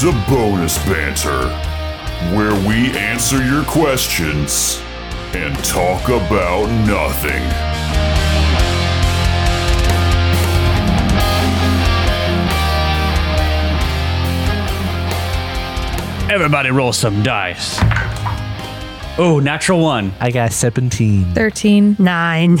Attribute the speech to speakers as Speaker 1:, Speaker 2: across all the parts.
Speaker 1: to Bonus Banter, where we answer your questions and talk about nothing.
Speaker 2: Everybody roll some dice. Oh, natural one.
Speaker 3: I got 17.
Speaker 4: 13.
Speaker 5: Nine.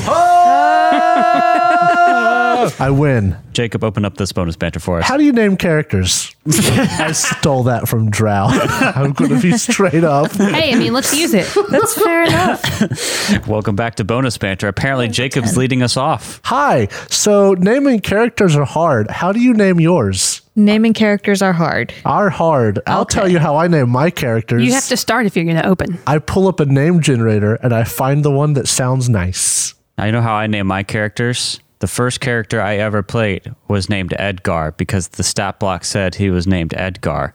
Speaker 3: I win.
Speaker 2: Jacob, open up this bonus banter for us.
Speaker 3: How do you name characters? I stole that from Drow. I'm going to be straight up.
Speaker 4: Hey, I mean, let's use it.
Speaker 5: That's fair enough.
Speaker 2: Welcome back to bonus banter. Apparently, Jacob's leading us off.
Speaker 3: Hi. So naming characters are hard. How do you name yours?
Speaker 4: Naming characters are hard.
Speaker 3: Are hard. I'll tell you how I name my characters.
Speaker 6: You have to start if you're going to open.
Speaker 3: I pull up a name generator and I find the one that sounds nice.
Speaker 2: I know how I name my characters. The first character I ever played was named Edgar because the stat block said he was named Edgar.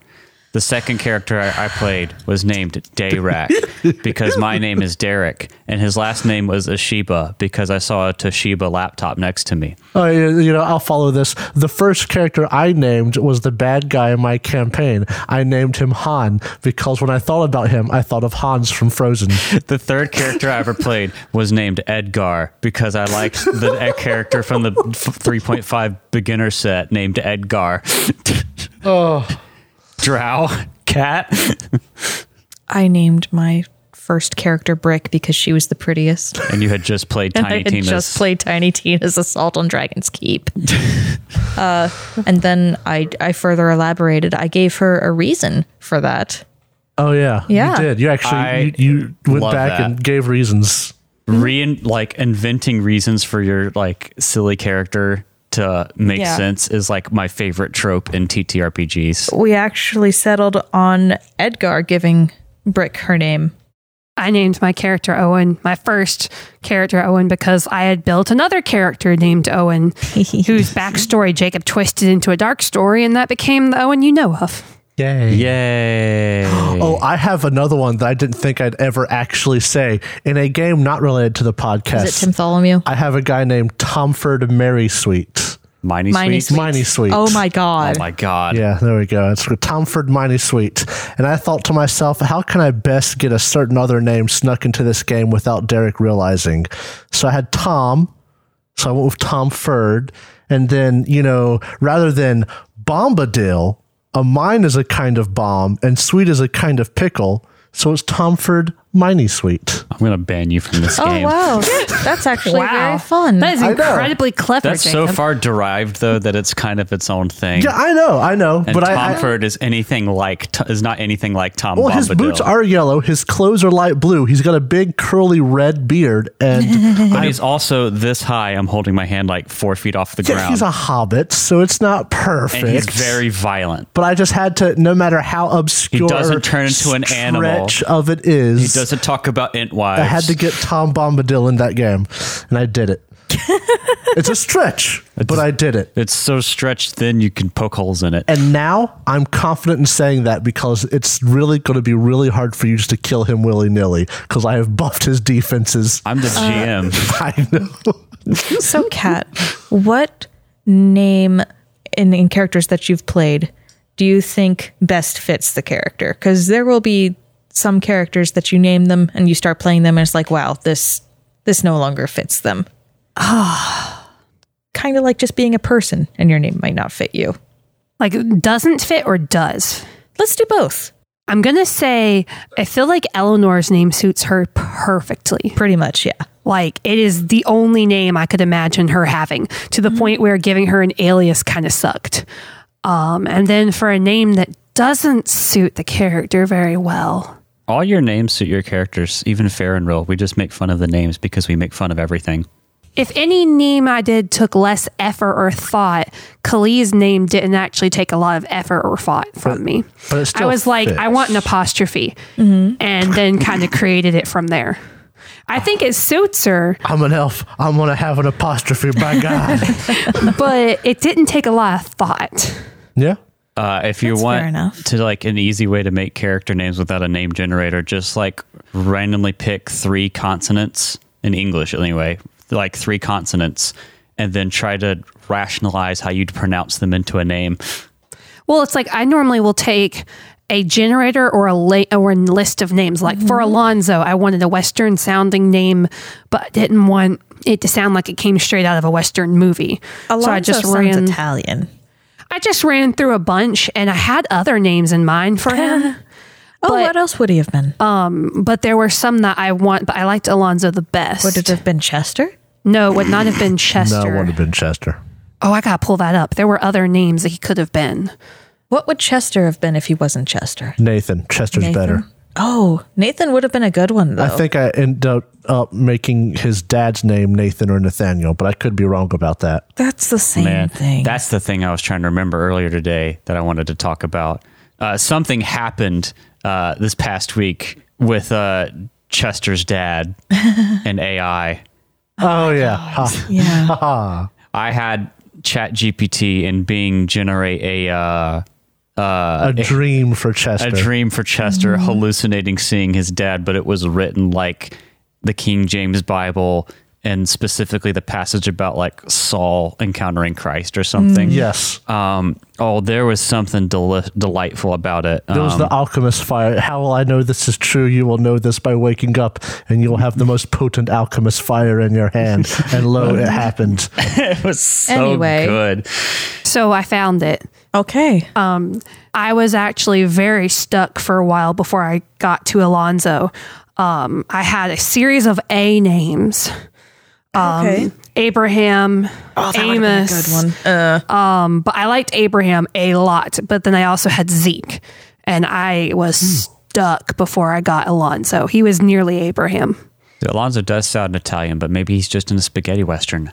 Speaker 2: The second character I I played was named Dayrack because my name is Derek, and his last name was Ashiba because I saw a Toshiba laptop next to me.
Speaker 3: Oh, yeah, you know, I'll follow this. The first character I named was the bad guy in my campaign. I named him Han because when I thought about him, I thought of Hans from Frozen.
Speaker 2: The third character I ever played was named Edgar because I liked the a character from the f- 3.5 beginner set named Edgar. oh. Drow, cat.
Speaker 4: I named my first character Brick because she was the prettiest.
Speaker 2: And you had just played
Speaker 4: And I
Speaker 2: Tiny
Speaker 4: had
Speaker 2: Tina's.
Speaker 4: just played Tiny Tina's Assault on Dragon's Keep. uh, and then I, I further elaborated. I gave her a reason for that.
Speaker 3: Oh yeah,
Speaker 4: Yeah.
Speaker 3: You did. You
Speaker 2: I
Speaker 3: actually you, you went
Speaker 2: love
Speaker 3: back
Speaker 2: that.
Speaker 3: and gave reasons.
Speaker 2: Re- like inventing reasons for your like silly character to make
Speaker 4: Yeah.
Speaker 2: sense is like my favorite trope in TTRPGs.
Speaker 4: We actually settled on Edgar giving Brick her name.
Speaker 6: I named my character Owen, my first character Owen, because I had built another character named Owen, whose backstory Jacob twisted into a dark story, and that became the Owen you know of.
Speaker 3: Yay.
Speaker 2: Yay.
Speaker 3: Oh, I have another one that I didn't think I'd ever actually say in a game not related to the podcast.
Speaker 4: Is it Tim Tholomew?
Speaker 3: I have a guy named Tomford Mary Sweet.
Speaker 2: Miney
Speaker 4: Miney
Speaker 2: Sweet.
Speaker 4: Sweet.
Speaker 3: Miney Sweet.
Speaker 4: Oh my God.
Speaker 2: Oh my god.
Speaker 3: Yeah, there we go. It's Tomford Miney Sweet. And I thought to myself, how can I best get a certain other name snuck into this game without Derek realizing? So I had Tom. So I went with Tomford. And then, you know, rather than Bombadil, a mine is a kind of bomb and sweet is a kind of pickle. So it's Tomford Miney Sweet.
Speaker 2: I'm gonna ban you from this
Speaker 4: Oh
Speaker 2: game.
Speaker 4: wow, that's actually very fun.
Speaker 6: That is
Speaker 3: I know.
Speaker 6: incredibly clever.
Speaker 2: That's so
Speaker 6: Jacob.
Speaker 2: far derived though that it's kind of its own thing.
Speaker 3: Yeah, I know, I know.
Speaker 2: And
Speaker 3: but I- I,
Speaker 2: Tomford is anything like t- is not anything like Tom
Speaker 3: Well,
Speaker 2: Bombadil.
Speaker 3: his boots are yellow. His clothes are light blue. He's got a big curly red beard, and
Speaker 2: but he's also this high. I'm holding my hand like four feet off the
Speaker 3: yeah,
Speaker 2: ground.
Speaker 3: he's a hobbit, so it's not perfect.
Speaker 2: and he's very violent.
Speaker 3: But I just had to, no matter how obscure,
Speaker 2: doesn't turn into an animal.
Speaker 3: stretch of it is.
Speaker 2: He doesn't talk about int wives.
Speaker 3: I had to get Tom Bombadil in that game, and I did it. it's a stretch, but I did it.
Speaker 2: It's so stretched thin you can poke holes in it.
Speaker 3: And now I'm confident in saying that because it's really going to be really hard for you just to kill him willy nilly because I have buffed his defenses.
Speaker 2: I'm the GM.
Speaker 3: I know.
Speaker 4: So, Kat, what name in, in characters that you've played do you think best fits the character? Because there will be some characters that you name them and you start playing them, and it's like, wow, this this no longer fits them. Ah, kind of like just being a person, and your name might not fit you.
Speaker 6: like doesn't fit or does.
Speaker 4: Let's do both,
Speaker 6: I'm gonna say I feel like Eleanor's name suits her perfectly.
Speaker 4: pretty much. Yeah,
Speaker 6: Like it is the only name I could imagine her having to
Speaker 3: Mm-hmm.
Speaker 6: the point where giving her an alias kind of sucked. Um, and then for a name that doesn't suit the character very well.
Speaker 2: All your names suit your characters, even fair and real. We just make fun of the names because we make fun of everything.
Speaker 6: If any name I did took less effort or thought, Kali's name didn't actually take a lot of effort or thought from me.
Speaker 3: but it
Speaker 6: I
Speaker 3: still Mm-hmm.
Speaker 6: was like, I want an apostrophe, and then kind of created it from there. I think it suits her,
Speaker 3: I'm an elf. I'm gonna have an apostrophe by God.
Speaker 6: but it didn't take a lot of thought.
Speaker 3: yeah.
Speaker 2: Uh, if you
Speaker 4: That's fair
Speaker 2: want
Speaker 4: enough.
Speaker 2: to like an easy way to make character names without a name generator, just like randomly pick three consonants in English anyway, like three consonants, and then try to rationalize how you'd pronounce them into a name.
Speaker 6: Well, it's like I normally will take a generator or a la- or a list of names. Like for
Speaker 4: Mm-hmm.
Speaker 6: Alonzo, I wanted a Western sounding name, but I didn't want it to sound like it came straight out of a Western movie. so I just
Speaker 4: sounds
Speaker 6: ran.
Speaker 4: Italian.
Speaker 6: I just ran through a bunch, and I had other names in mind for him.
Speaker 4: Oh,
Speaker 6: But-
Speaker 4: what else would he have been?
Speaker 6: but there were some that I want, but I liked Alonzo the best.
Speaker 4: would it have been Chester?
Speaker 6: no, it would not have been
Speaker 3: No, it
Speaker 6: Chester.
Speaker 3: would have been Chester.
Speaker 6: oh, I gotta pull that up. There were other names that he could have been.
Speaker 4: What would Chester have been if he wasn't Chester?
Speaker 3: Nathan. Chester's
Speaker 4: Nathan?
Speaker 3: better.
Speaker 4: Oh, Nathan would have been a good one though.
Speaker 3: I think I end up uh, making his dad's name Nathan or Nathaniel, but I could be wrong about that.
Speaker 4: that's the same
Speaker 2: Man,
Speaker 4: thing.
Speaker 2: that's the thing I was trying to remember earlier today that I wanted to talk about. Uh, something happened uh, this past week with uh, Chester's dad and AI.
Speaker 3: Oh, yeah. Ha.
Speaker 4: yeah.
Speaker 2: I had Chat GPT and Bing generate a uh,
Speaker 3: a dream for Chester.
Speaker 2: a dream for Chester,
Speaker 6: Mm-hmm.
Speaker 2: hallucinating seeing his dad, but it was written like the King James Bible and specifically the passage about like Saul encountering Christ or something.
Speaker 3: Yes.
Speaker 2: Um, oh, there was something deli- delightful about it.
Speaker 3: It was
Speaker 2: Um,
Speaker 3: the alchemist fire. How will I know this is true? You will know this by waking up, and you'll have the most potent alchemist fire in your hand. And lo, it happened.
Speaker 2: it was so
Speaker 4: Anyway.
Speaker 2: good.
Speaker 6: So I found it.
Speaker 4: Okay.
Speaker 6: I was actually very stuck for a while before I got to Alonzo. Um, I had a series of A names. Um,
Speaker 4: okay. Oh,
Speaker 6: Abraham,
Speaker 4: That would've been a
Speaker 6: Amos,
Speaker 4: Good one. Uh,
Speaker 6: but I liked Abraham a lot. But then I also had Zeke, and I was
Speaker 4: Hmm.
Speaker 6: stuck before I got Alonso. He was nearly Abraham.
Speaker 2: Alonzo does sound Italian, but maybe he's just in a spaghetti western.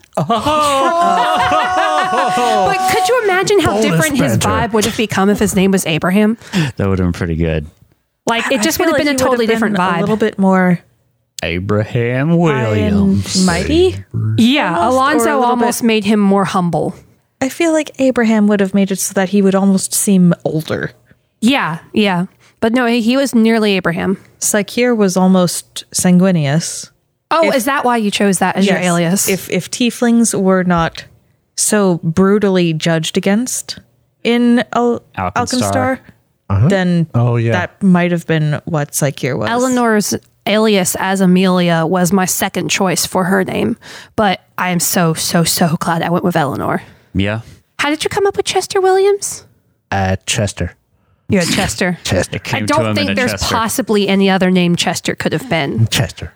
Speaker 6: But could you imagine how
Speaker 3: Bonus
Speaker 6: different his
Speaker 3: banter.
Speaker 6: vibe would have become if his name was Abraham?
Speaker 2: That would have been pretty good.
Speaker 6: Like it
Speaker 4: I
Speaker 6: just
Speaker 4: feel
Speaker 6: would
Speaker 4: like
Speaker 6: have been a
Speaker 4: he would've
Speaker 6: totally
Speaker 4: been
Speaker 6: different
Speaker 4: A
Speaker 6: vibe.
Speaker 4: little bit more
Speaker 2: Abraham
Speaker 4: high
Speaker 2: Williams.
Speaker 4: and mighty.
Speaker 6: yeah,
Speaker 4: almost, or a
Speaker 6: Alonso
Speaker 4: little
Speaker 6: almost made him more humble.
Speaker 4: I feel like Abraham would have made it so that he would almost seem older.
Speaker 6: Yeah, yeah. But no, he was nearly Abraham.
Speaker 4: Sakir was almost sanguineous.
Speaker 6: Oh, is that why you chose that as your alias?
Speaker 4: If if tieflings were not so brutally judged against in Al-
Speaker 2: Alkenstar.
Speaker 4: Alkenstar, then
Speaker 3: Oh, yeah.
Speaker 4: that might have been what Psycheer was.
Speaker 6: Eleanor's alias as Amelia was my second choice for her name, but I am so so so glad I went with Eleanor.
Speaker 2: Yeah.
Speaker 6: How did you come up with Chester Williams?
Speaker 3: Uh, Chester.
Speaker 6: You had Chester.
Speaker 3: Chester.
Speaker 2: Came
Speaker 6: I
Speaker 2: to him
Speaker 6: don't
Speaker 2: in a
Speaker 6: think there's
Speaker 2: Chester.
Speaker 6: possibly any other name Chester could have been.
Speaker 3: Chester.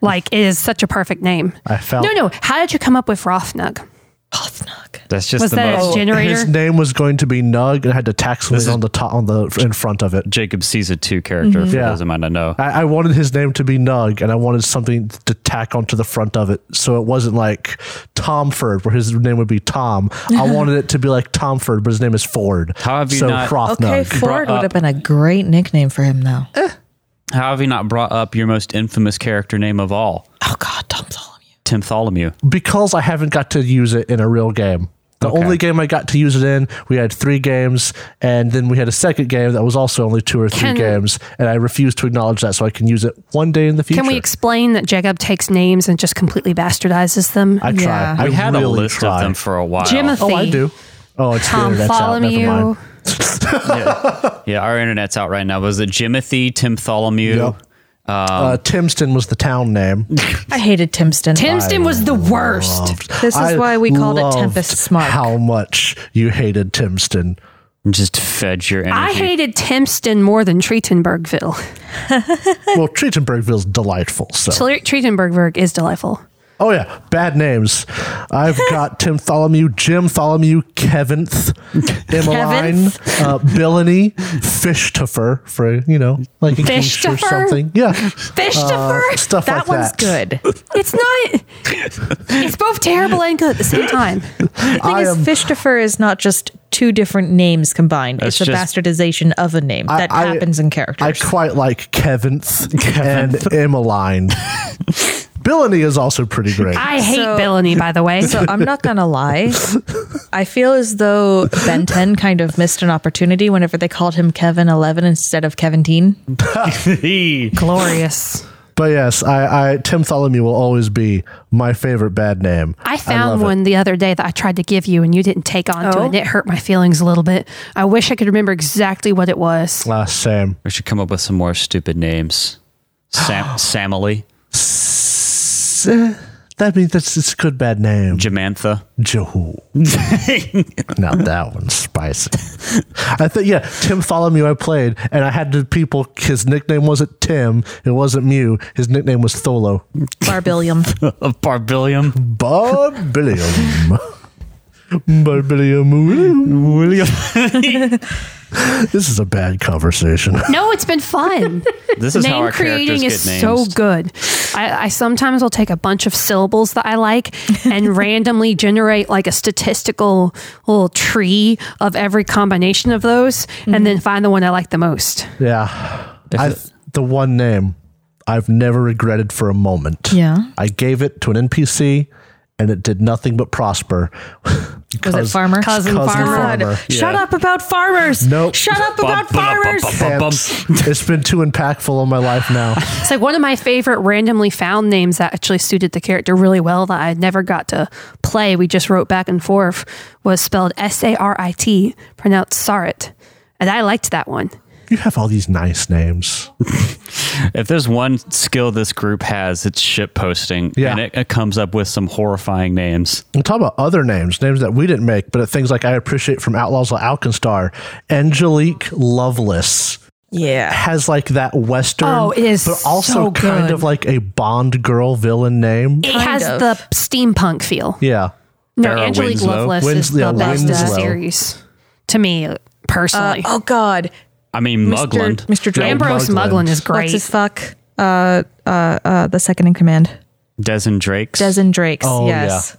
Speaker 6: Like, it is such a perfect name.
Speaker 3: I felt.
Speaker 6: No, no. How did you come up with Rothnug?
Speaker 4: Hothnug.
Speaker 2: That's just
Speaker 6: Was
Speaker 2: the
Speaker 6: that a
Speaker 2: most.
Speaker 3: His
Speaker 6: generator?
Speaker 3: name was going to be Nug, and I had to tax
Speaker 2: is-
Speaker 3: it on the top, on the in front of it.
Speaker 2: Jacob season two character
Speaker 6: Mm-hmm.
Speaker 2: for
Speaker 3: Yeah.
Speaker 2: those who might not know.
Speaker 3: I, I wanted his name to be Nug, and I wanted something to tack onto the front of it, so it wasn't like Tomford, where his name would be Tom. I wanted it to be like Tomford, but his name is Ford.
Speaker 2: How have you
Speaker 3: so
Speaker 2: not-
Speaker 4: Okay,
Speaker 3: Frothnug.
Speaker 4: Ford
Speaker 2: up-
Speaker 4: would have been a great nickname for him, though.
Speaker 2: How have you not brought up your most infamous character name of all,
Speaker 4: Oh God, Tom Solomon.
Speaker 2: Timtholomew?
Speaker 3: because I haven't got to use it in a real game. The only game I got to use it in, we had three games, and then we had a second game that was also only two or three
Speaker 6: Can-
Speaker 3: games, and I refuse to acknowledge that, so I can use it one day in the future.
Speaker 6: Can we explain that Jacob takes names and just completely bastardizes them?
Speaker 3: I try.
Speaker 4: Yeah.
Speaker 3: I
Speaker 2: We had
Speaker 3: really
Speaker 2: a list
Speaker 3: try.
Speaker 2: of them for a while.
Speaker 6: Jimothy.
Speaker 3: Oh, I do. Oh, it's
Speaker 6: Tom,
Speaker 3: there. That's
Speaker 6: follow
Speaker 3: out. Never
Speaker 6: me.
Speaker 3: mind.
Speaker 2: yeah, our internet's out right now. Was it Jimothy, Timtholomew?
Speaker 3: Yep. uh, Timston was the town name.
Speaker 4: I hated Timston.
Speaker 6: Timston was the worst.
Speaker 4: This is
Speaker 3: I
Speaker 4: why we called it
Speaker 3: loved
Speaker 4: Tempest's Mark.
Speaker 3: How much you hated Timston.
Speaker 2: Just fed your energy.
Speaker 6: I hated Timston more than Treatenbergville.
Speaker 4: Eh.
Speaker 3: Well, Treatenbergville's delightful. So,
Speaker 6: Tre- Treatenbergville is delightful.
Speaker 3: oh yeah, bad names. I've got Tim Tholomew, Jim Tholomew, Kevinth, Emmeline, uh, Billany, Fishtoffer for you know like a quiche or
Speaker 6: Fishtoffer?
Speaker 3: something. Yeah, Uh.
Speaker 6: Fishtoffer?
Speaker 3: stuff like
Speaker 4: that one's
Speaker 3: that.
Speaker 4: good.
Speaker 6: It's not. It's both terrible and good at the same time.
Speaker 4: The thing
Speaker 3: I
Speaker 4: is,
Speaker 3: am-
Speaker 4: Fischtefer is not just two different names combined.
Speaker 2: That's
Speaker 4: it's a
Speaker 2: just-
Speaker 4: bastardization of a name that
Speaker 3: I-
Speaker 4: happens in
Speaker 3: I
Speaker 4: characters.
Speaker 3: quite like Kevinth and Emmeline. Billany is also pretty great.
Speaker 6: I hate
Speaker 4: So-
Speaker 6: Billany, by the way.
Speaker 4: so I'm not gonna lie. I feel as though Ben 10 kind of missed an opportunity whenever they called him Kevin 11 instead of Kevin Teen.
Speaker 2: He-
Speaker 6: Glorious.
Speaker 3: But yes, I, I Tim Tholomew will always be my favorite bad name.
Speaker 6: I found one the other day that I tried to give you and you didn't take on to
Speaker 4: Oh.
Speaker 6: it. and It hurt my feelings a little bit. I wish I could remember exactly what it was.
Speaker 3: Last same.
Speaker 2: We should come up with some more stupid names. Sam, Samily,
Speaker 3: S- eh, That means that's it's a good bad name.
Speaker 2: Jamantha.
Speaker 3: Jehu. now that one's spicy. I think yeah, Tim Tholomew I played, and I had the people. His nickname wasn't Tim. It wasn't Mew. His nickname was Tholo.
Speaker 4: Barbillion.
Speaker 2: of Barbilium.
Speaker 3: Barbilium. Barbilium.
Speaker 2: William.
Speaker 3: This is a bad conversation.
Speaker 6: No, it's been fun.
Speaker 2: This
Speaker 6: The
Speaker 2: is how
Speaker 6: name
Speaker 2: our characters
Speaker 6: creating
Speaker 2: get
Speaker 6: is
Speaker 2: names.
Speaker 6: so good. I, I sometimes will take a bunch of syllables that I like and randomly generate like a statistical little tree of every combination of those and
Speaker 2: Mm-hmm.
Speaker 6: then find the one I like the most.
Speaker 3: Yeah. I, the one name I've never regretted for a moment.
Speaker 4: Yeah.
Speaker 3: I gave it to an NPC and it did nothing but prosper.
Speaker 4: Was it farmer?
Speaker 6: Cousin,
Speaker 3: Cousin
Speaker 6: farmer.
Speaker 3: farmer.
Speaker 4: God,
Speaker 3: Yeah.
Speaker 4: Shut up about farmers.
Speaker 3: Nope.
Speaker 4: Shut up about farmers.
Speaker 3: Pants. it's been too impactful in my life now.
Speaker 6: It's like one of my favorite randomly found names that actually suited the character really well that I never got to play. We just wrote back and forth was spelled S A R I T, pronounced Sarit. And I liked that one.
Speaker 3: You have all these nice names.
Speaker 2: If there's one skill this group has, it's ship posting.
Speaker 3: Yeah.
Speaker 2: And it, it comes up with some horrifying names.
Speaker 3: I'm talking about other names, names that we didn't make, but things like I appreciate from Outlaws of Alkenstar, Angelique Lovelace.
Speaker 4: Yeah.
Speaker 3: has like that western
Speaker 6: Oh, it is
Speaker 3: but also
Speaker 6: so
Speaker 3: kind
Speaker 6: good.
Speaker 3: of like a bond girl villain name
Speaker 6: It has
Speaker 4: of.
Speaker 6: the steampunk feel.
Speaker 3: yeah
Speaker 6: No,
Speaker 2: Farrah
Speaker 6: Angelique
Speaker 2: Winslow.
Speaker 6: Loveless is
Speaker 3: Wins- yeah,
Speaker 6: the best of the
Speaker 3: Winslow.
Speaker 6: series to me personally.
Speaker 4: Oh God.
Speaker 2: I mean, Mugland.
Speaker 4: Mr. Dram-
Speaker 6: Ambrose
Speaker 3: Muglin.
Speaker 6: Muglin is
Speaker 4: What's his
Speaker 6: great.
Speaker 4: fuck? Uh, uh, uh, the second in command,
Speaker 2: Des and Drakes.
Speaker 4: Desmond Drakes.
Speaker 3: Oh,
Speaker 4: yes.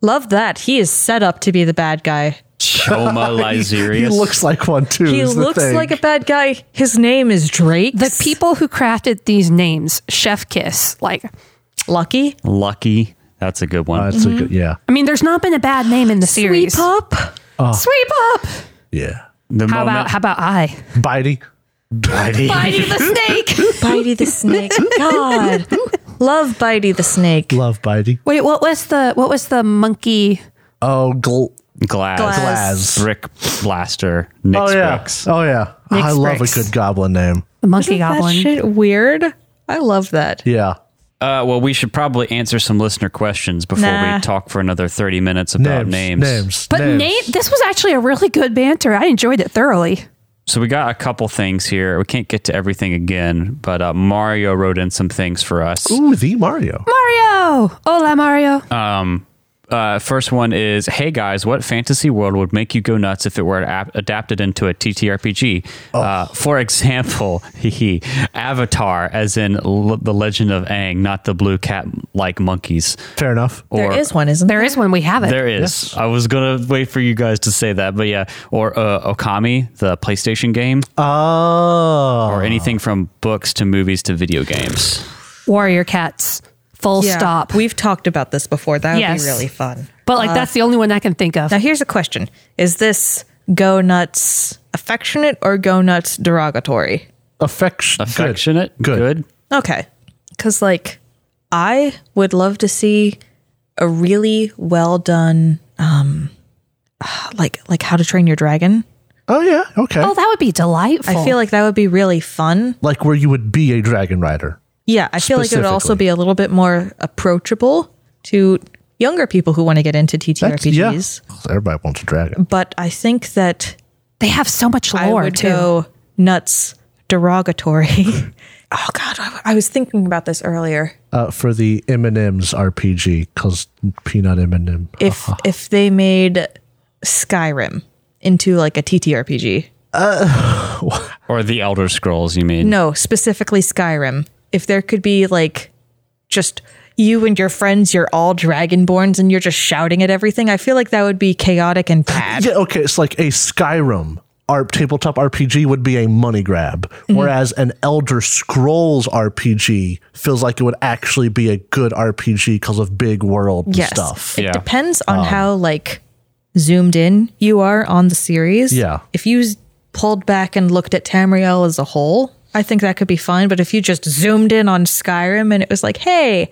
Speaker 4: Love that. He is set up to be the bad guy.
Speaker 2: Choma Lyserius.
Speaker 3: he looks like one too
Speaker 4: He
Speaker 3: is the
Speaker 4: looks
Speaker 3: thing.
Speaker 4: like a bad guy. His name is Drake.
Speaker 6: the people who crafted these names, Chef Kiss, like
Speaker 4: Lucky.
Speaker 2: Lucky. That's a good one.
Speaker 3: that's a good yeah
Speaker 6: I mean, there's not been a bad name in the series.
Speaker 4: Sweep up.
Speaker 6: Sweep up.
Speaker 3: yeah
Speaker 2: the
Speaker 6: How about how about I?
Speaker 3: bitey
Speaker 6: Bitey the snake.
Speaker 4: Bitey the snake. God. Love Bitey the snake.
Speaker 3: love bitey
Speaker 6: Wait, what was the what was the monkey?
Speaker 3: oh gl-
Speaker 2: Glass.
Speaker 4: Glass.
Speaker 2: Brick Blaster. Nick
Speaker 3: oh yeah
Speaker 2: Spricks.
Speaker 3: oh yeah i love
Speaker 6: Spricks.
Speaker 3: a good goblin name
Speaker 6: The monkey
Speaker 4: That
Speaker 6: goblin.
Speaker 4: shit weird. I love that.
Speaker 3: yeah
Speaker 2: Uh, well, we should probably answer some listener questions before
Speaker 4: Nah.
Speaker 2: we talk for another 30 minutes about
Speaker 3: names
Speaker 2: names.
Speaker 3: names
Speaker 6: But
Speaker 3: names.
Speaker 6: Nate, this was actually a really good banter. I enjoyed it thoroughly.
Speaker 2: So we got a couple things here. We can't get to everything again, but uh, Mario wrote in some things for us.
Speaker 3: ooh the mario
Speaker 6: Mario. Hola Mario.
Speaker 2: Uh, first one is Hey guys, what fantasy world would make you go nuts if it were ap- adapted into a TTRPG?
Speaker 3: Oh.
Speaker 2: Uh, for example, hee Avatar, as in l- The Legend of Aang, not the blue cat like monkeys.
Speaker 3: fair enough
Speaker 4: There is one, isn't there?
Speaker 6: there is one we have it.
Speaker 2: There is. I was going to wait for you guys to say that, but yeah. Or uh, Okami, the PlayStation game,
Speaker 3: oh
Speaker 2: or anything from books to movies to video games.
Speaker 6: Warrior cats. Full
Speaker 4: Yeah.
Speaker 6: stop.
Speaker 4: We've talked about this before. That would
Speaker 6: Yes.
Speaker 4: be really fun.
Speaker 6: but like that's the only one I can think of.
Speaker 4: Now, here's a question Is this go nuts affectionate or go nuts derogatory?
Speaker 3: affection
Speaker 2: Affectionate?
Speaker 3: good.
Speaker 2: Good.
Speaker 4: Okay. Because, like, I would love to see a really well done, um, like, like How to Train Your Dragon.
Speaker 3: oh yeah okay
Speaker 6: Oh, that would be delightful.
Speaker 3: Oh.
Speaker 4: I feel like that would be really fun.
Speaker 3: like where you would be a dragon rider
Speaker 4: Yeah, I feel like it would also
Speaker 3: Specifically.
Speaker 4: be a little bit more approachable to younger people who want to get into
Speaker 3: That's-
Speaker 4: TTRPGs.
Speaker 3: yeah everybody wants a dragon
Speaker 4: But I think that
Speaker 6: they have so much
Speaker 4: I
Speaker 6: lore
Speaker 4: would
Speaker 6: too.
Speaker 4: go nuts derogatory. oh God, I, I was thinking about this earlier.
Speaker 3: uh, for the M and M's RPG because peanut M and M.
Speaker 4: If if they made Skyrim into like a TTRPG,
Speaker 2: Or The Elder Scrolls, you mean?
Speaker 4: no, specifically Skyrim. If there could be like just you and your friends, you're all dragonborns and you're just shouting at everything. I feel like that would be chaotic and bad.
Speaker 3: Yeah, okay, it's like a Skyrim. Our tabletop RPG would be a money grab,
Speaker 4: Mm-hmm.
Speaker 3: whereas an Elder Scrolls RPG feels like it would actually be a good RPG because of big world and
Speaker 4: yes.
Speaker 3: stuff. Um,
Speaker 4: It
Speaker 2: Yeah.
Speaker 4: depends on how like zoomed in you are on the series.
Speaker 3: Yeah.
Speaker 4: If you s- pulled back and looked at Tamriel as a whole, I think that could be fun. But if you just zoomed in on Skyrim and it was like, hey,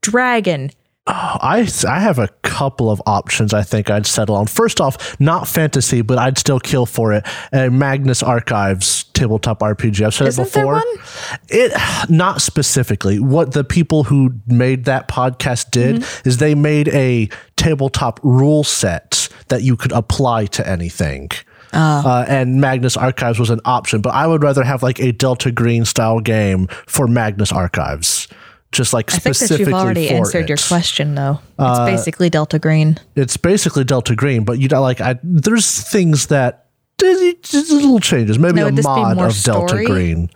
Speaker 4: dragon,
Speaker 3: I, I have a couple of options I think I'd settle on. First off, not fantasy, but I'd still kill for it. Uh, Magnus Archives tabletop RPG. I've said
Speaker 4: Isn't
Speaker 3: it before.
Speaker 4: there one?
Speaker 3: It not specifically. What the people who made that podcast did
Speaker 4: Mm-hmm.
Speaker 3: is they made a tabletop rule set that you could apply to anything.
Speaker 4: Oh.
Speaker 3: Uh, and Magnus Archives was an option, but I would rather have like a Delta Green style game for Magnus Archives, just like
Speaker 4: I think that
Speaker 3: specifically
Speaker 4: you've already
Speaker 3: for
Speaker 4: answered
Speaker 3: it Uh,
Speaker 4: your question, though. It's basically Delta Green.
Speaker 3: it's basically Delta Green, but you know, like I, there's things that there's little changes, maybe
Speaker 4: Now,
Speaker 3: a
Speaker 4: would this be
Speaker 3: mod
Speaker 4: more
Speaker 3: of Delta
Speaker 4: story?
Speaker 3: Green.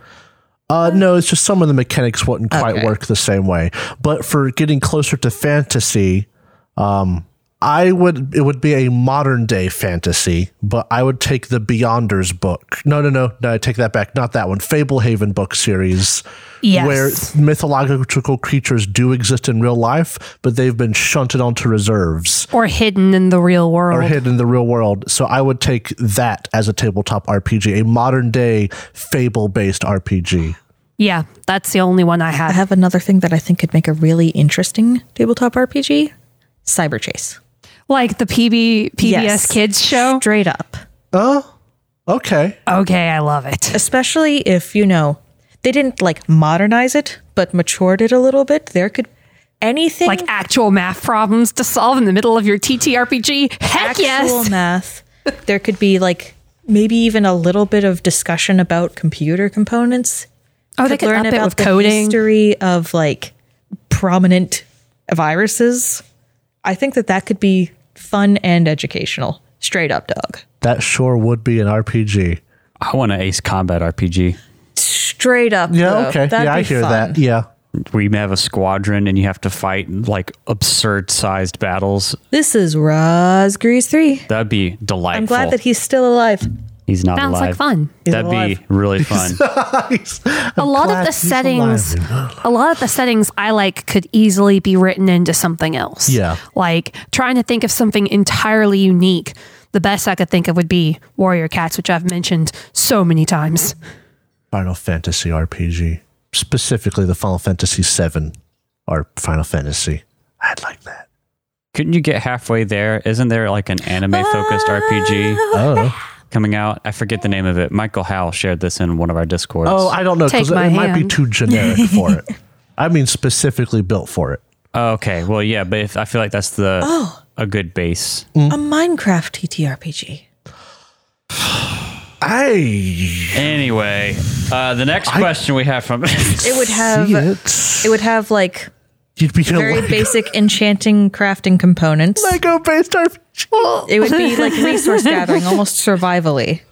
Speaker 3: Uh, no, it's just some of the mechanics wouldn't quite
Speaker 4: Okay.
Speaker 3: work the same way. But for getting closer to fantasy, um, I would it would be a modern day fantasy, but I would take the Beyonders book. No, no, no, no, I take that back. Not that one. Fablehaven book series
Speaker 6: Yes.
Speaker 3: where mythological creatures do exist in real life, but they've been shunted onto reserves
Speaker 6: or hidden in the real world.
Speaker 3: are hidden in the real world. So I would take that as a tabletop RPG, a modern day fable based RPG.
Speaker 6: Yeah, that's the only one I
Speaker 4: I
Speaker 6: have.
Speaker 4: have another thing that I think could make a really interesting tabletop RPG Cyber Chase.
Speaker 6: Like the PB PBS
Speaker 4: Yes.
Speaker 6: Kids show.
Speaker 4: Straight up.
Speaker 3: Oh, Okay.
Speaker 6: Okay, I love it.
Speaker 4: Especially if, you know, they didn't like modernize it, but matured it a little bit. There could anything
Speaker 6: Like actual math problems to solve in the middle of your TTRPG. Heck
Speaker 4: actual
Speaker 6: yes.
Speaker 4: math. There could be like maybe even a little bit of discussion about computer components.
Speaker 6: Oh, they could up it with coding.
Speaker 4: history of like prominent viruses. I think that that could be fun and educational. Straight up, dog.
Speaker 3: That sure would be an RPG.
Speaker 2: I want an Ace Combat RPG.
Speaker 4: Straight up.
Speaker 3: Yeah,
Speaker 4: though.
Speaker 3: okay.
Speaker 4: That'd
Speaker 3: yeah, I
Speaker 4: be
Speaker 3: hear
Speaker 4: fun.
Speaker 3: that. Yeah.
Speaker 2: where you have a squadron and you have to fight like absurd sized battles.
Speaker 4: This is Rosgrease three.
Speaker 2: That'd be delightful.
Speaker 4: I'm glad that he's still alive.
Speaker 2: he's not
Speaker 6: Sounds
Speaker 2: alive.
Speaker 6: like fun.
Speaker 2: That'd
Speaker 4: alive.
Speaker 2: be really fun.
Speaker 6: a lot of
Speaker 3: glad
Speaker 6: the
Speaker 3: he's
Speaker 6: settings a lot of the settings i like could easily be written into something else
Speaker 3: Yeah.
Speaker 6: like trying to think of something entirely unique the best i could think of would be warrior cats which i've mentioned so many times
Speaker 3: Final Fantasy RPG. Specifically the Final Fantasy VII or Final Fantasy. I'd like that.
Speaker 2: Couldn't you get halfway there? Isn't there like an anime focused RPG
Speaker 3: Oh.
Speaker 2: coming out? I forget the name of it. Michael Howell shared this in one of our discords.
Speaker 3: Oh, I don't know because
Speaker 6: Take
Speaker 3: it
Speaker 6: my
Speaker 3: might be
Speaker 6: hand.
Speaker 3: too generic for it. I mean, specifically built for it.
Speaker 2: Oh, okay. Well, yeah, but if, I feel like that's the a good base.
Speaker 4: A Minecraft TTRPG.
Speaker 3: I
Speaker 2: Anyway, uh, the next question we have from
Speaker 4: It would have
Speaker 3: see
Speaker 4: it.
Speaker 3: it.
Speaker 4: would have like
Speaker 3: You'd be
Speaker 4: very
Speaker 3: a
Speaker 4: basic enchanting crafting components.
Speaker 3: Lego based RPG.
Speaker 4: It would be like resource gathering, almost survivally.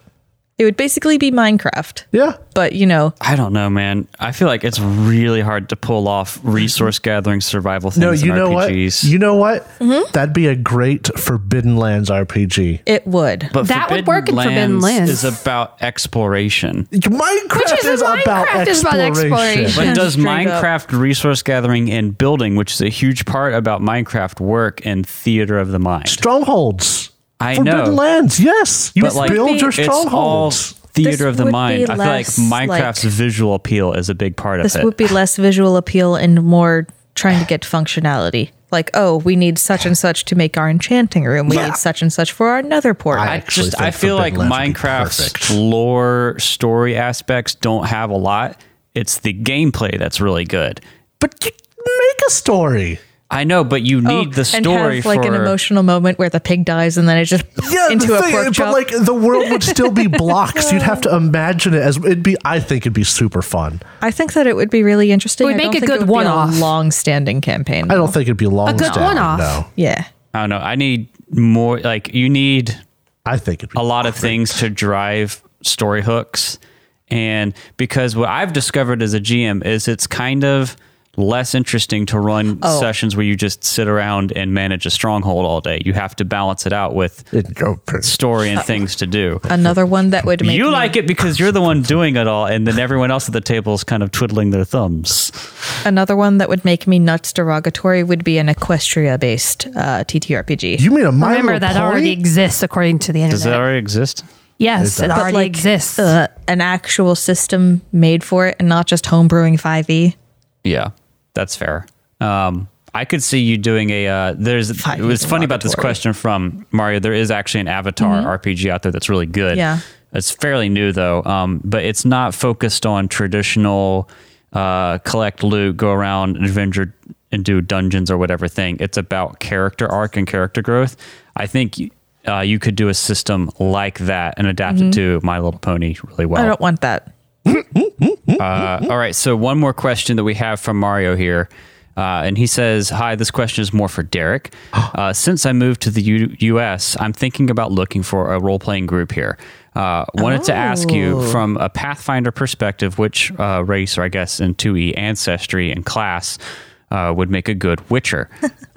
Speaker 4: It would basically be Minecraft.
Speaker 3: Yeah.
Speaker 4: But you know,
Speaker 2: I don't know, man. I feel like it's really hard to pull off resource gathering survival things
Speaker 3: No, you
Speaker 2: in
Speaker 3: know
Speaker 2: RPGs.
Speaker 3: what? You know what?
Speaker 6: Mm-hmm.
Speaker 3: That'd be a great Forbidden Lands RPG.
Speaker 4: it would.
Speaker 2: But
Speaker 6: That
Speaker 2: Forbidden
Speaker 6: would work in Forbidden Lands.
Speaker 2: Is about exploration.
Speaker 3: Minecraft
Speaker 6: Which is-
Speaker 3: is, about exploration.
Speaker 6: Minecraft is about exploration.
Speaker 2: But does
Speaker 4: Straight up.
Speaker 2: Minecraft resource gathering and building, which is a huge part about Minecraft, work in theater of the mind?
Speaker 3: Strongholds.
Speaker 2: I
Speaker 3: Forbidden
Speaker 2: know.
Speaker 3: Lands. Yes, you
Speaker 2: But, like,
Speaker 3: build your
Speaker 2: it's all
Speaker 3: strongholds.
Speaker 4: This
Speaker 2: theater of
Speaker 4: would
Speaker 2: the
Speaker 4: be
Speaker 2: mind. I feel like
Speaker 4: less,
Speaker 2: Minecraft's
Speaker 4: like-
Speaker 2: visual appeal is a big part
Speaker 4: This
Speaker 2: of it.
Speaker 4: would be less visual appeal and more trying to get functionality. Like, oh, we need such and such to make our enchanting room. We need such and such for our nether portal.
Speaker 2: I
Speaker 3: actually
Speaker 2: just
Speaker 3: think
Speaker 2: I feel like
Speaker 3: Forbidden Lands would be
Speaker 2: Minecraft's
Speaker 3: perfect.
Speaker 2: lore story aspects don't have a lot. It's the gameplay that's really good.
Speaker 3: but you make a story.
Speaker 2: I know, but you
Speaker 4: Oh,
Speaker 2: need the story
Speaker 4: and have like
Speaker 2: for
Speaker 4: an emotional moment where the pig dies and then it just
Speaker 3: Yeah,
Speaker 4: into
Speaker 3: the
Speaker 4: a
Speaker 3: thing,
Speaker 4: pork
Speaker 3: but
Speaker 4: chop.
Speaker 3: like the world would still be blocks. You'd have to imagine it as it'd be. I think it'd be super fun.
Speaker 4: I think that it would be really interesting.
Speaker 6: It would
Speaker 4: I
Speaker 6: make
Speaker 4: don't
Speaker 6: a
Speaker 4: think
Speaker 6: good
Speaker 4: it would be
Speaker 6: one-off.
Speaker 4: long-standing campaign.
Speaker 3: I don't think it'd be long.
Speaker 6: good one-off.
Speaker 3: No,
Speaker 4: yeah,
Speaker 2: I don't know. I need more like you need
Speaker 3: I think it'd be
Speaker 2: a lot of things to drive story hooks. And because what I've discovered as a GM is it's kind of less interesting to run
Speaker 4: Oh.
Speaker 2: sessions where you just sit around and manage a stronghold all day. You have to balance it out with
Speaker 3: It'd go pretty-
Speaker 2: story and things to do.
Speaker 4: another one that would Uh, make
Speaker 2: You
Speaker 4: me-
Speaker 2: like it because you're the one doing it all, and then everyone else at the table is kind of twiddling their thumbs.
Speaker 4: Another one that would make me nuts derogatory would be an Equestria based uh, TTRPG.
Speaker 3: You mean a My
Speaker 6: remember
Speaker 3: Little
Speaker 6: that
Speaker 3: Pony?
Speaker 6: already exists according to the internet
Speaker 2: Does that already exist?
Speaker 6: Yes, it,
Speaker 3: does. But,
Speaker 6: already
Speaker 4: like,
Speaker 6: exists.
Speaker 4: uh, an actual system made for it and not just homebrewing E? 5e.
Speaker 2: Yeah, that's fair. Um, I could see you doing a. Uh, there's. It was funny about this question from Mario. There is actually an Avatar RPG out there that's really good.
Speaker 4: Mm-hmm. Yeah.
Speaker 2: it's fairly new though, um, but it's not focused on traditional uh, collect loot, go around and adventure and do dungeons or whatever thing. It's about character arc and character growth. I think. Uh, you could do a system like that and adapt it to My Little Pony really well.
Speaker 4: Mm-hmm. I don't want that.
Speaker 2: All right, so one more question that we have from Mario here. Uh, and he says, Hi, this question is more for Derek. Uh, since I moved to the U- US, I'm thinking about looking for a role playing group here. Uh, wanted to ask you from a Pathfinder perspective, which uh, race, or I guess in 2E, ancestry, and class uh, would make a good Witcher?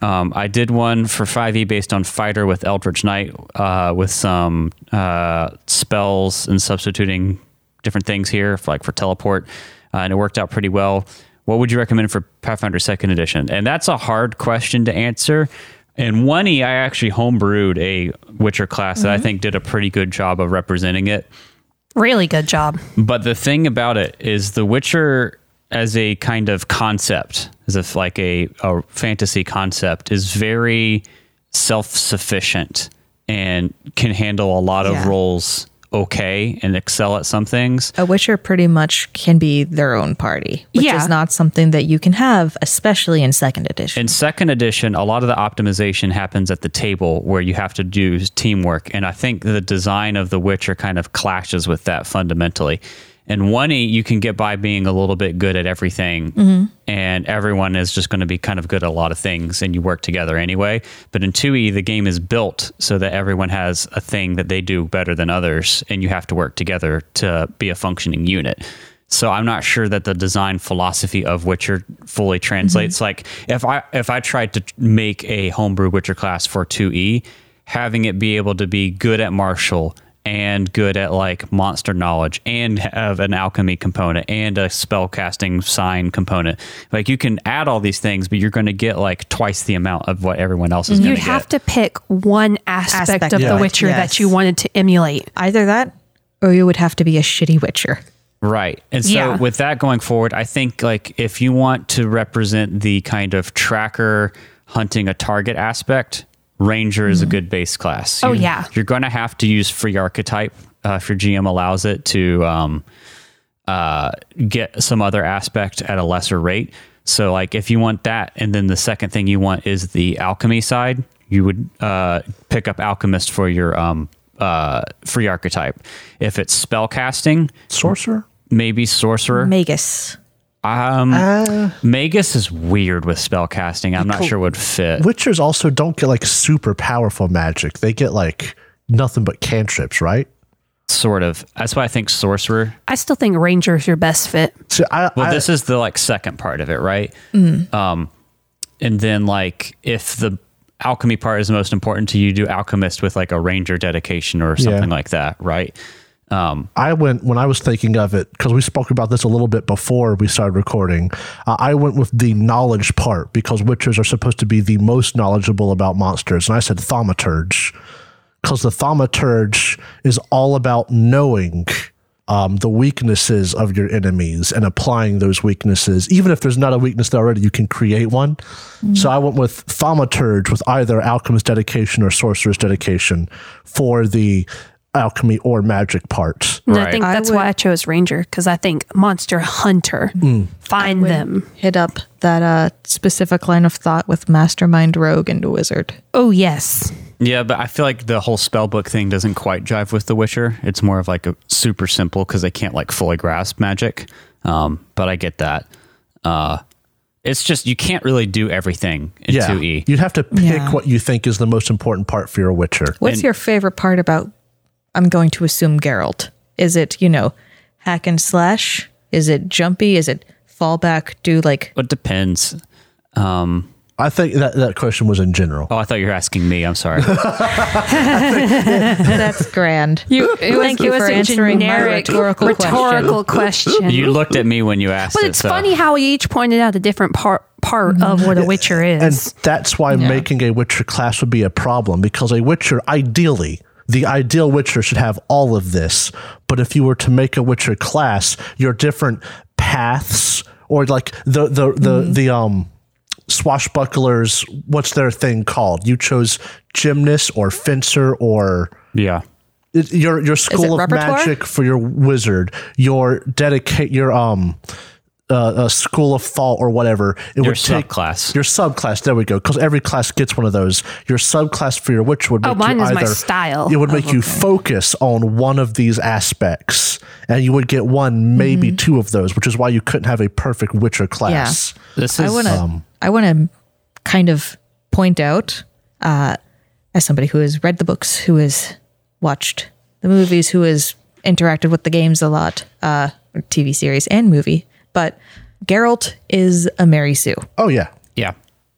Speaker 2: um, I did one for 5E based on Fighter with Eldritch Knight uh, with some uh, spells and substituting different things here, for, like for teleport, uh, and it worked out pretty well. What would you recommend for Pathfinder Second Edition? And that's a hard question to answer. In one E, I actually homebrewed a Witcher class that I think did a pretty good job of representing it.
Speaker 6: really good job.
Speaker 2: But the thing about it is, The Witcher as a kind of concept, as if like a, a fantasy concept, is very self sufficient and can handle a lot of
Speaker 4: Yeah.
Speaker 2: roles okay and excel at some things.
Speaker 4: A Witcher pretty much can be their own party, which
Speaker 6: Yeah.
Speaker 4: is not something that you can have, especially in second edition.
Speaker 2: In second edition, a lot of the optimization happens at the table where you have to do teamwork. And I think the design of The Witcher kind of clashes with that fundamentally. In one E, you can get by being a little bit good at everything, and everyone is just going to be kind of good at a lot of things, and you work together anyway. But in 2E, the game is built so that everyone has a thing that they do better than others, and you have to work together to be a functioning unit. So I'm not sure that the design philosophy of Witcher
Speaker 6: Mm-hmm.
Speaker 2: fully translates. Like if I if I tried to make a homebrew Witcher class for 2E, having it be able to be good at martial and good at like monster knowledge and have an alchemy component and a spell casting sign component. Like you can add all these things, but you're going to get like twice the amount of what everyone else is going
Speaker 6: You'd
Speaker 2: to
Speaker 6: have
Speaker 2: get.
Speaker 6: to pick one aspect,
Speaker 4: Aspect
Speaker 6: of
Speaker 4: of
Speaker 6: The
Speaker 4: it,
Speaker 6: Witcher that
Speaker 4: yes.
Speaker 6: you wanted to emulate.
Speaker 4: Either that, or you would have to be a shitty Witcher.
Speaker 2: Right. And so
Speaker 6: Yeah.
Speaker 2: with that going forward, I think like if you want to represent the kind of tracker hunting a target aspect, ranger is a good base class.
Speaker 6: Mm-hmm. Oh,
Speaker 2: You-
Speaker 6: yeah.
Speaker 2: You're going to have to use free archetype uh, if your GM allows it to um, uh, get some other aspect at a lesser rate. So, like, if you want that, and then the second thing you want is the alchemy side, you would uh, pick up alchemist for your um, uh, free archetype. If it's spell casting,
Speaker 3: Sorcerer?
Speaker 2: maybe sorcerer.
Speaker 4: Magus.
Speaker 2: Um, Magus is weird with spell casting. I'm not sure would fit.
Speaker 3: Witchers also don't get like super powerful magic. They get like nothing but cantrips, right?
Speaker 2: Sort of. That's why I think sorcerer.
Speaker 6: I still think Ranger's your best fit.
Speaker 3: So I,
Speaker 2: Well,
Speaker 3: I
Speaker 2: this is the like second part of it, right? Um, and then like if the alchemy part is most important to you, do alchemist with like a ranger dedication or something like that, right?
Speaker 3: I went when I was thinking of it because we spoke about this a little bit before we started recording. Uh, I went with the knowledge part because witchers are supposed to be the most knowledgeable about monsters, and I said thaumaturge because the thaumaturge is all about knowing um, the weaknesses of your enemies and applying those weaknesses. Even if there's not a weakness there already, you can create one. So I went with thaumaturge with either alchemist dedication or sorcerer's dedication for the alchemy or magic part.
Speaker 6: And I
Speaker 2: Right.
Speaker 6: think
Speaker 4: I
Speaker 6: that's
Speaker 4: would-
Speaker 6: why I chose Ranger because I think Monster Hunter
Speaker 4: Mm.
Speaker 6: find them.
Speaker 4: Hit up that uh, specific line of thought with Mastermind, Rogue, and Wizard.
Speaker 6: Oh yes,
Speaker 2: Yeah, but I feel like the whole spellbook thing doesn't quite jive with The Witcher. It's more of like a super simple because they can't like fully grasp magic. Um, but I get that. Uh, it's just you can't really do everything in E.
Speaker 3: yeah.
Speaker 2: 2E.
Speaker 3: You'd have to pick
Speaker 4: Yeah.
Speaker 3: what you think is the most important part for your Witcher.
Speaker 4: What's your favorite part about? I'm going to assume Geralt. Is it you know, hack and slash? Is it jumpy? Is it fall back? Do like
Speaker 2: It depends. Um,
Speaker 3: I think that, that question was in general.
Speaker 2: Oh, I thought you were asking me. I'm sorry.
Speaker 4: that's grand.
Speaker 6: you, it was,
Speaker 4: Thank you for answering my rhetorical question.
Speaker 6: rhetorical question.
Speaker 2: you looked at me when you asked
Speaker 6: but
Speaker 2: it,
Speaker 6: it's
Speaker 2: so-
Speaker 6: funny how we each pointed out a different part part of what a Witcher
Speaker 3: And
Speaker 6: is.
Speaker 3: that's why making a Witcher class would be a problem because a Witcher, ideally, the ideal Witcher should have all of this. But if you were to make a Witcher class, your different paths or like the the the the um swashbucklers, what's their thing called? You chose gymnast or fencer or
Speaker 2: Yeah.
Speaker 3: it- your your school of
Speaker 4: repertoire?
Speaker 3: magic for your wizard, your dedicate your um uh, uh school of thought or whatever. It
Speaker 2: Your
Speaker 3: would take
Speaker 2: subclass.
Speaker 3: your subclass. There we go. Because every class gets one of those. Your subclass for your witch would make
Speaker 6: Oh, mine
Speaker 3: you
Speaker 6: is my
Speaker 3: either,
Speaker 6: style.
Speaker 3: It would
Speaker 6: Oh,
Speaker 3: make you focus on one of these aspects, and you would get
Speaker 6: Mm-hmm.
Speaker 3: one, maybe two of those, which is why you couldn't have a perfect witcher class. Um,
Speaker 2: This
Speaker 4: I
Speaker 2: is
Speaker 4: want to. I want to kind of point out, uh, as somebody who has read the books, who has watched the movies, who has interacted with the games a lot, uh, TV series and movie, but Geralt is a Mary Sue,
Speaker 3: Oh yeah,
Speaker 2: yeah.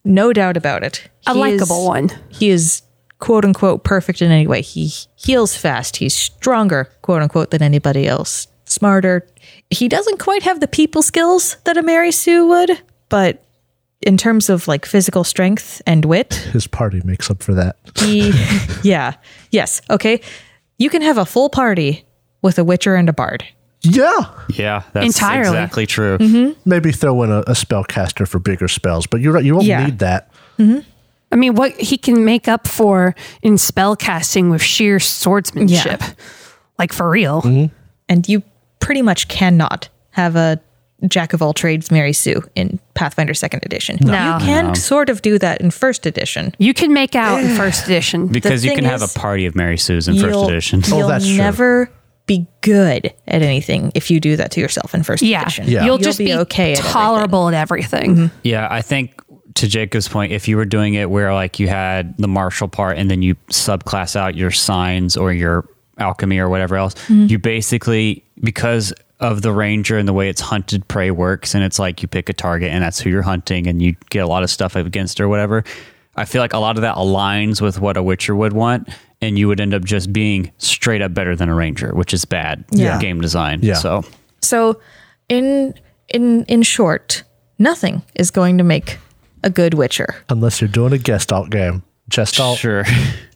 Speaker 4: no doubt about it.
Speaker 6: A
Speaker 4: He is-
Speaker 6: likable one.
Speaker 4: He is quote unquote perfect in any way. He heals fast. He's stronger, quote unquote, than anybody else. Smarter. He doesn't quite have the people skills that a Mary Sue would, but in terms of like physical strength and wit,
Speaker 3: his party makes up for that.
Speaker 4: he yeah. Yes. Okay. You can have a full party with a witcher and a bard.
Speaker 3: Yeah,
Speaker 2: Yeah, that's
Speaker 6: Entirely.
Speaker 2: exactly true.
Speaker 4: Mm-hmm.
Speaker 3: maybe throw in a, a spellcaster for bigger spells, but you're right. You won't
Speaker 4: Yeah.
Speaker 3: need that.
Speaker 6: I mean, what he can make up for in spell casting with sheer swordsmanship. Like for real.
Speaker 2: Mm-hmm.
Speaker 4: And you pretty much cannot have a jack of all trades Mary Sue in Pathfinder second edition.
Speaker 6: No.
Speaker 4: You can sort of do that in first edition.
Speaker 6: You can make out in first edition.
Speaker 2: Because you
Speaker 4: thing
Speaker 2: can have a
Speaker 4: is,
Speaker 2: party of Mary Sue's in first
Speaker 4: you'll-
Speaker 2: edition.
Speaker 4: You'll
Speaker 3: Oh, that's true.
Speaker 4: never be good at anything if you do that to yourself in first
Speaker 6: Yeah.
Speaker 4: edition.
Speaker 6: You'll, just be,
Speaker 4: okay. at everything.
Speaker 6: tolerable at everything. Mm-hmm.
Speaker 2: Yeah, I think to Jacob's point, if you were doing it where like you had the martial part and then you subclass out your signs or your alchemy or whatever else, you basically because of the ranger and the way it's hunted prey works and it's like you pick a target and that's who you're hunting and you get a lot of stuff against or whatever. I feel like a lot of that aligns with what a witcher would want and you would end up just being straight up better than a ranger, which is bad
Speaker 4: Yeah.
Speaker 2: game design.
Speaker 3: Yeah.
Speaker 2: So
Speaker 4: So, in in in short, nothing is going to make a good Witcher.
Speaker 3: Unless you're doing a guest alt game. Just alt.
Speaker 2: sure.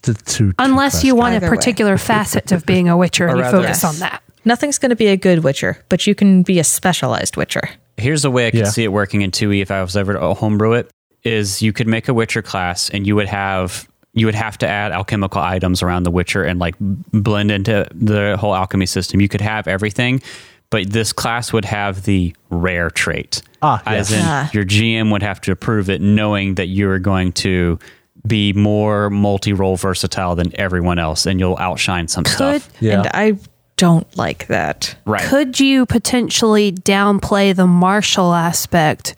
Speaker 3: To, to,
Speaker 6: Unless you want
Speaker 4: Either
Speaker 6: a
Speaker 4: way.
Speaker 6: particular facet of being a witcher and you
Speaker 2: rather-
Speaker 4: Yes.
Speaker 6: focus on that.
Speaker 4: Nothing's going to be a good Witcher, but you can be a specialized Witcher.
Speaker 2: Here's the way I could
Speaker 3: Yeah.
Speaker 2: see it working in 2e if I was ever to homebrew it is you could make a Witcher class and you would have you would have to add alchemical items around the Witcher and like b- blend into the whole alchemy system. You could have everything, but this class would have the rare trait.
Speaker 3: Ah,
Speaker 2: as
Speaker 3: yes.
Speaker 2: in
Speaker 4: Ah.
Speaker 2: your GM would have to approve it knowing that you're going to be more multi-role versatile than everyone else and you'll outshine some
Speaker 6: Could
Speaker 2: stuff.
Speaker 3: Yeah.
Speaker 4: And I don't like that.
Speaker 2: Right.
Speaker 6: could you potentially downplay the martial aspect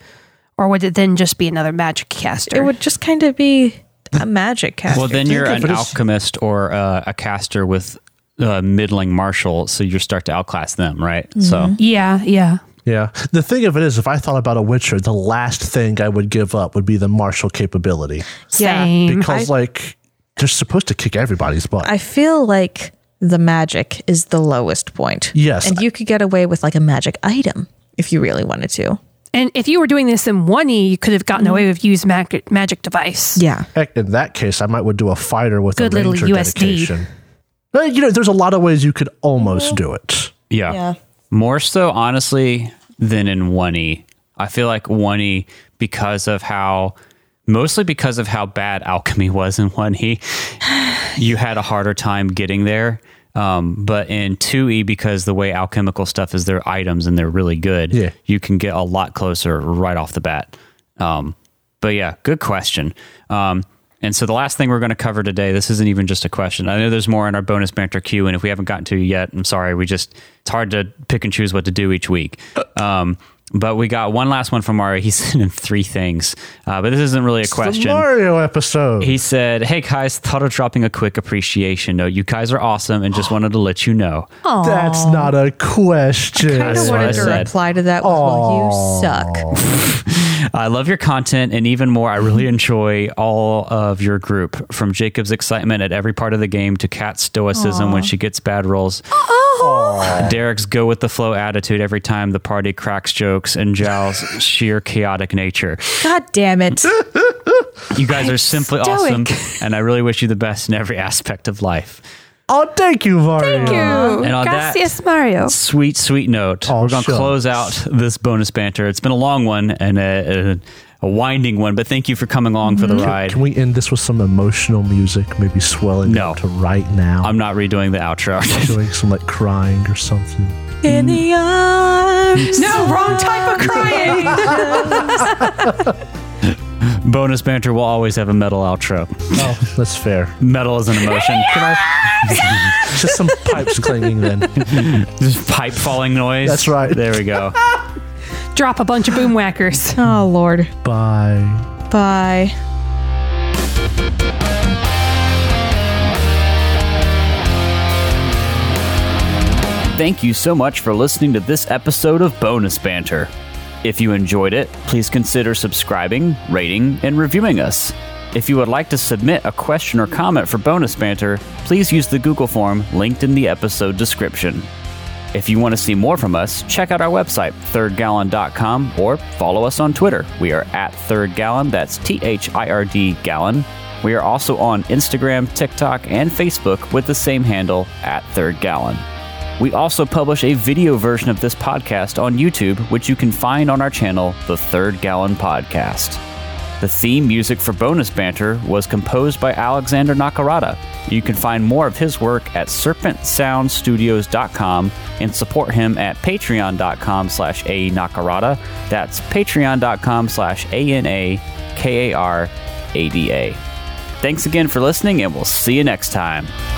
Speaker 6: or would it then just be another magic caster?
Speaker 4: It would just kind of be a magic caster.
Speaker 2: Well, then you're
Speaker 3: think
Speaker 2: an
Speaker 3: of it as-
Speaker 2: alchemist or uh, a caster with uh, middling martial, so you start to outclass them, right? So
Speaker 6: yeah, yeah.
Speaker 3: Yeah. The thing of it is, if I thought about a Witcher, the last thing I would give up would be the martial capability
Speaker 4: Yeah.
Speaker 6: Same.
Speaker 3: because, like, they're supposed to kick everybody's butt.
Speaker 4: I feel like the magic is the lowest point.
Speaker 3: Yes.
Speaker 4: And you could get away with like a magic item if you really wanted to.
Speaker 6: And if you were doing this in 1E, you could have gotten away with use magic, magic device.
Speaker 4: Yeah.
Speaker 3: Heck, in that case, I might would do a fighter with
Speaker 6: Good
Speaker 3: a
Speaker 6: little
Speaker 3: ranger
Speaker 6: USD.
Speaker 3: dedication. But, you know, there's a lot of ways you could almost do it.
Speaker 2: yeah.
Speaker 4: Yeah.
Speaker 2: more so honestly than in one e. I feel like one e because of how, mostly because of how bad alchemy was in one e. you had a harder time getting there. Um, but in 2e, because the way alchemical stuff is their items and they're really good,
Speaker 3: Yeah.
Speaker 2: you can get a lot closer right off the bat. Um, but yeah, good question. Um, and so the last thing we're going to cover today, this isn't even just a question. I know there's more in our bonus banter queue, and if we haven't gotten to it yet, I'm sorry. We just it's hard to pick and choose what to do each week. Um, but we got one last one from Mario. He sent in three things, uh, but this isn't really a
Speaker 3: The
Speaker 2: question.
Speaker 3: Mario episode.
Speaker 2: He said, Hey guys, thought of dropping a quick appreciation note. You guys are awesome and just wanted to let you know.
Speaker 3: That's not a question.
Speaker 4: I
Speaker 2: That's
Speaker 4: of
Speaker 2: what I
Speaker 4: wanted to
Speaker 2: said.
Speaker 4: reply to that with, well, you suck.
Speaker 2: I love your content and even more, I really enjoy all of your group from Jacob's excitement at every part of the game to Kat's stoicism when she gets bad rolls. Derek's go with the flow attitude every time the party cracks jokes and Jowl's sheer chaotic nature.
Speaker 4: God damn it.
Speaker 2: You guys are simply
Speaker 6: stoic.
Speaker 2: awesome, and I really wish you the best in every aspect of life.
Speaker 3: Oh, thank you, Mario.
Speaker 6: Thank you.
Speaker 2: And on that-
Speaker 6: Gracias, Mario.
Speaker 2: Sweet, sweet note.
Speaker 3: Oh,
Speaker 2: We're going to
Speaker 3: shucks.
Speaker 2: close out this bonus banter. It's been a long one and a, a, a winding one, but thank you for coming along for the ride.
Speaker 3: Mm-hmm. Can we end this with some emotional music, maybe swelling
Speaker 2: No.
Speaker 3: up to right now?
Speaker 2: I'm not redoing the outro.
Speaker 3: doing some like crying or something.
Speaker 4: In the arms.
Speaker 6: No, wrong type of crying.
Speaker 2: bonus banter will always have a metal outro.
Speaker 3: Oh, that's fair.
Speaker 2: Metal is an emotion.
Speaker 3: Just some pipes clanging then.
Speaker 2: Just pipe falling noise.
Speaker 3: That's right.
Speaker 2: There we go.
Speaker 6: Drop a bunch of boom whackers.
Speaker 4: Oh, Lord.
Speaker 3: Bye.
Speaker 4: Bye.
Speaker 2: Thank you so much for listening to this episode of Bonus Banter. If you enjoyed it, please consider subscribing, rating, and reviewing us. If you would like to submit a question or comment for Bonus Banter, please use the Google form linked in the episode description. If you want to see more from us, check out our website, thirdgallon.com, or follow us on Twitter. We are at thirdgallon, that's T H I R D gallon. We are also on Instagram, TikTok, and Facebook with the same handle, at thirdgallon. We also publish a video version of this podcast on YouTube, which you can find on our channel, The Third Gallon Podcast. The theme music for Bonus Banter was composed by Alexander Nakarada. You can find more of his work at serpentsoundstudios.com and support him at patreon.com slash a nakarada. That's patreon.com slash A-N-A-K-A-R-A-D-A. Thanks again for listening, and we'll see you next time.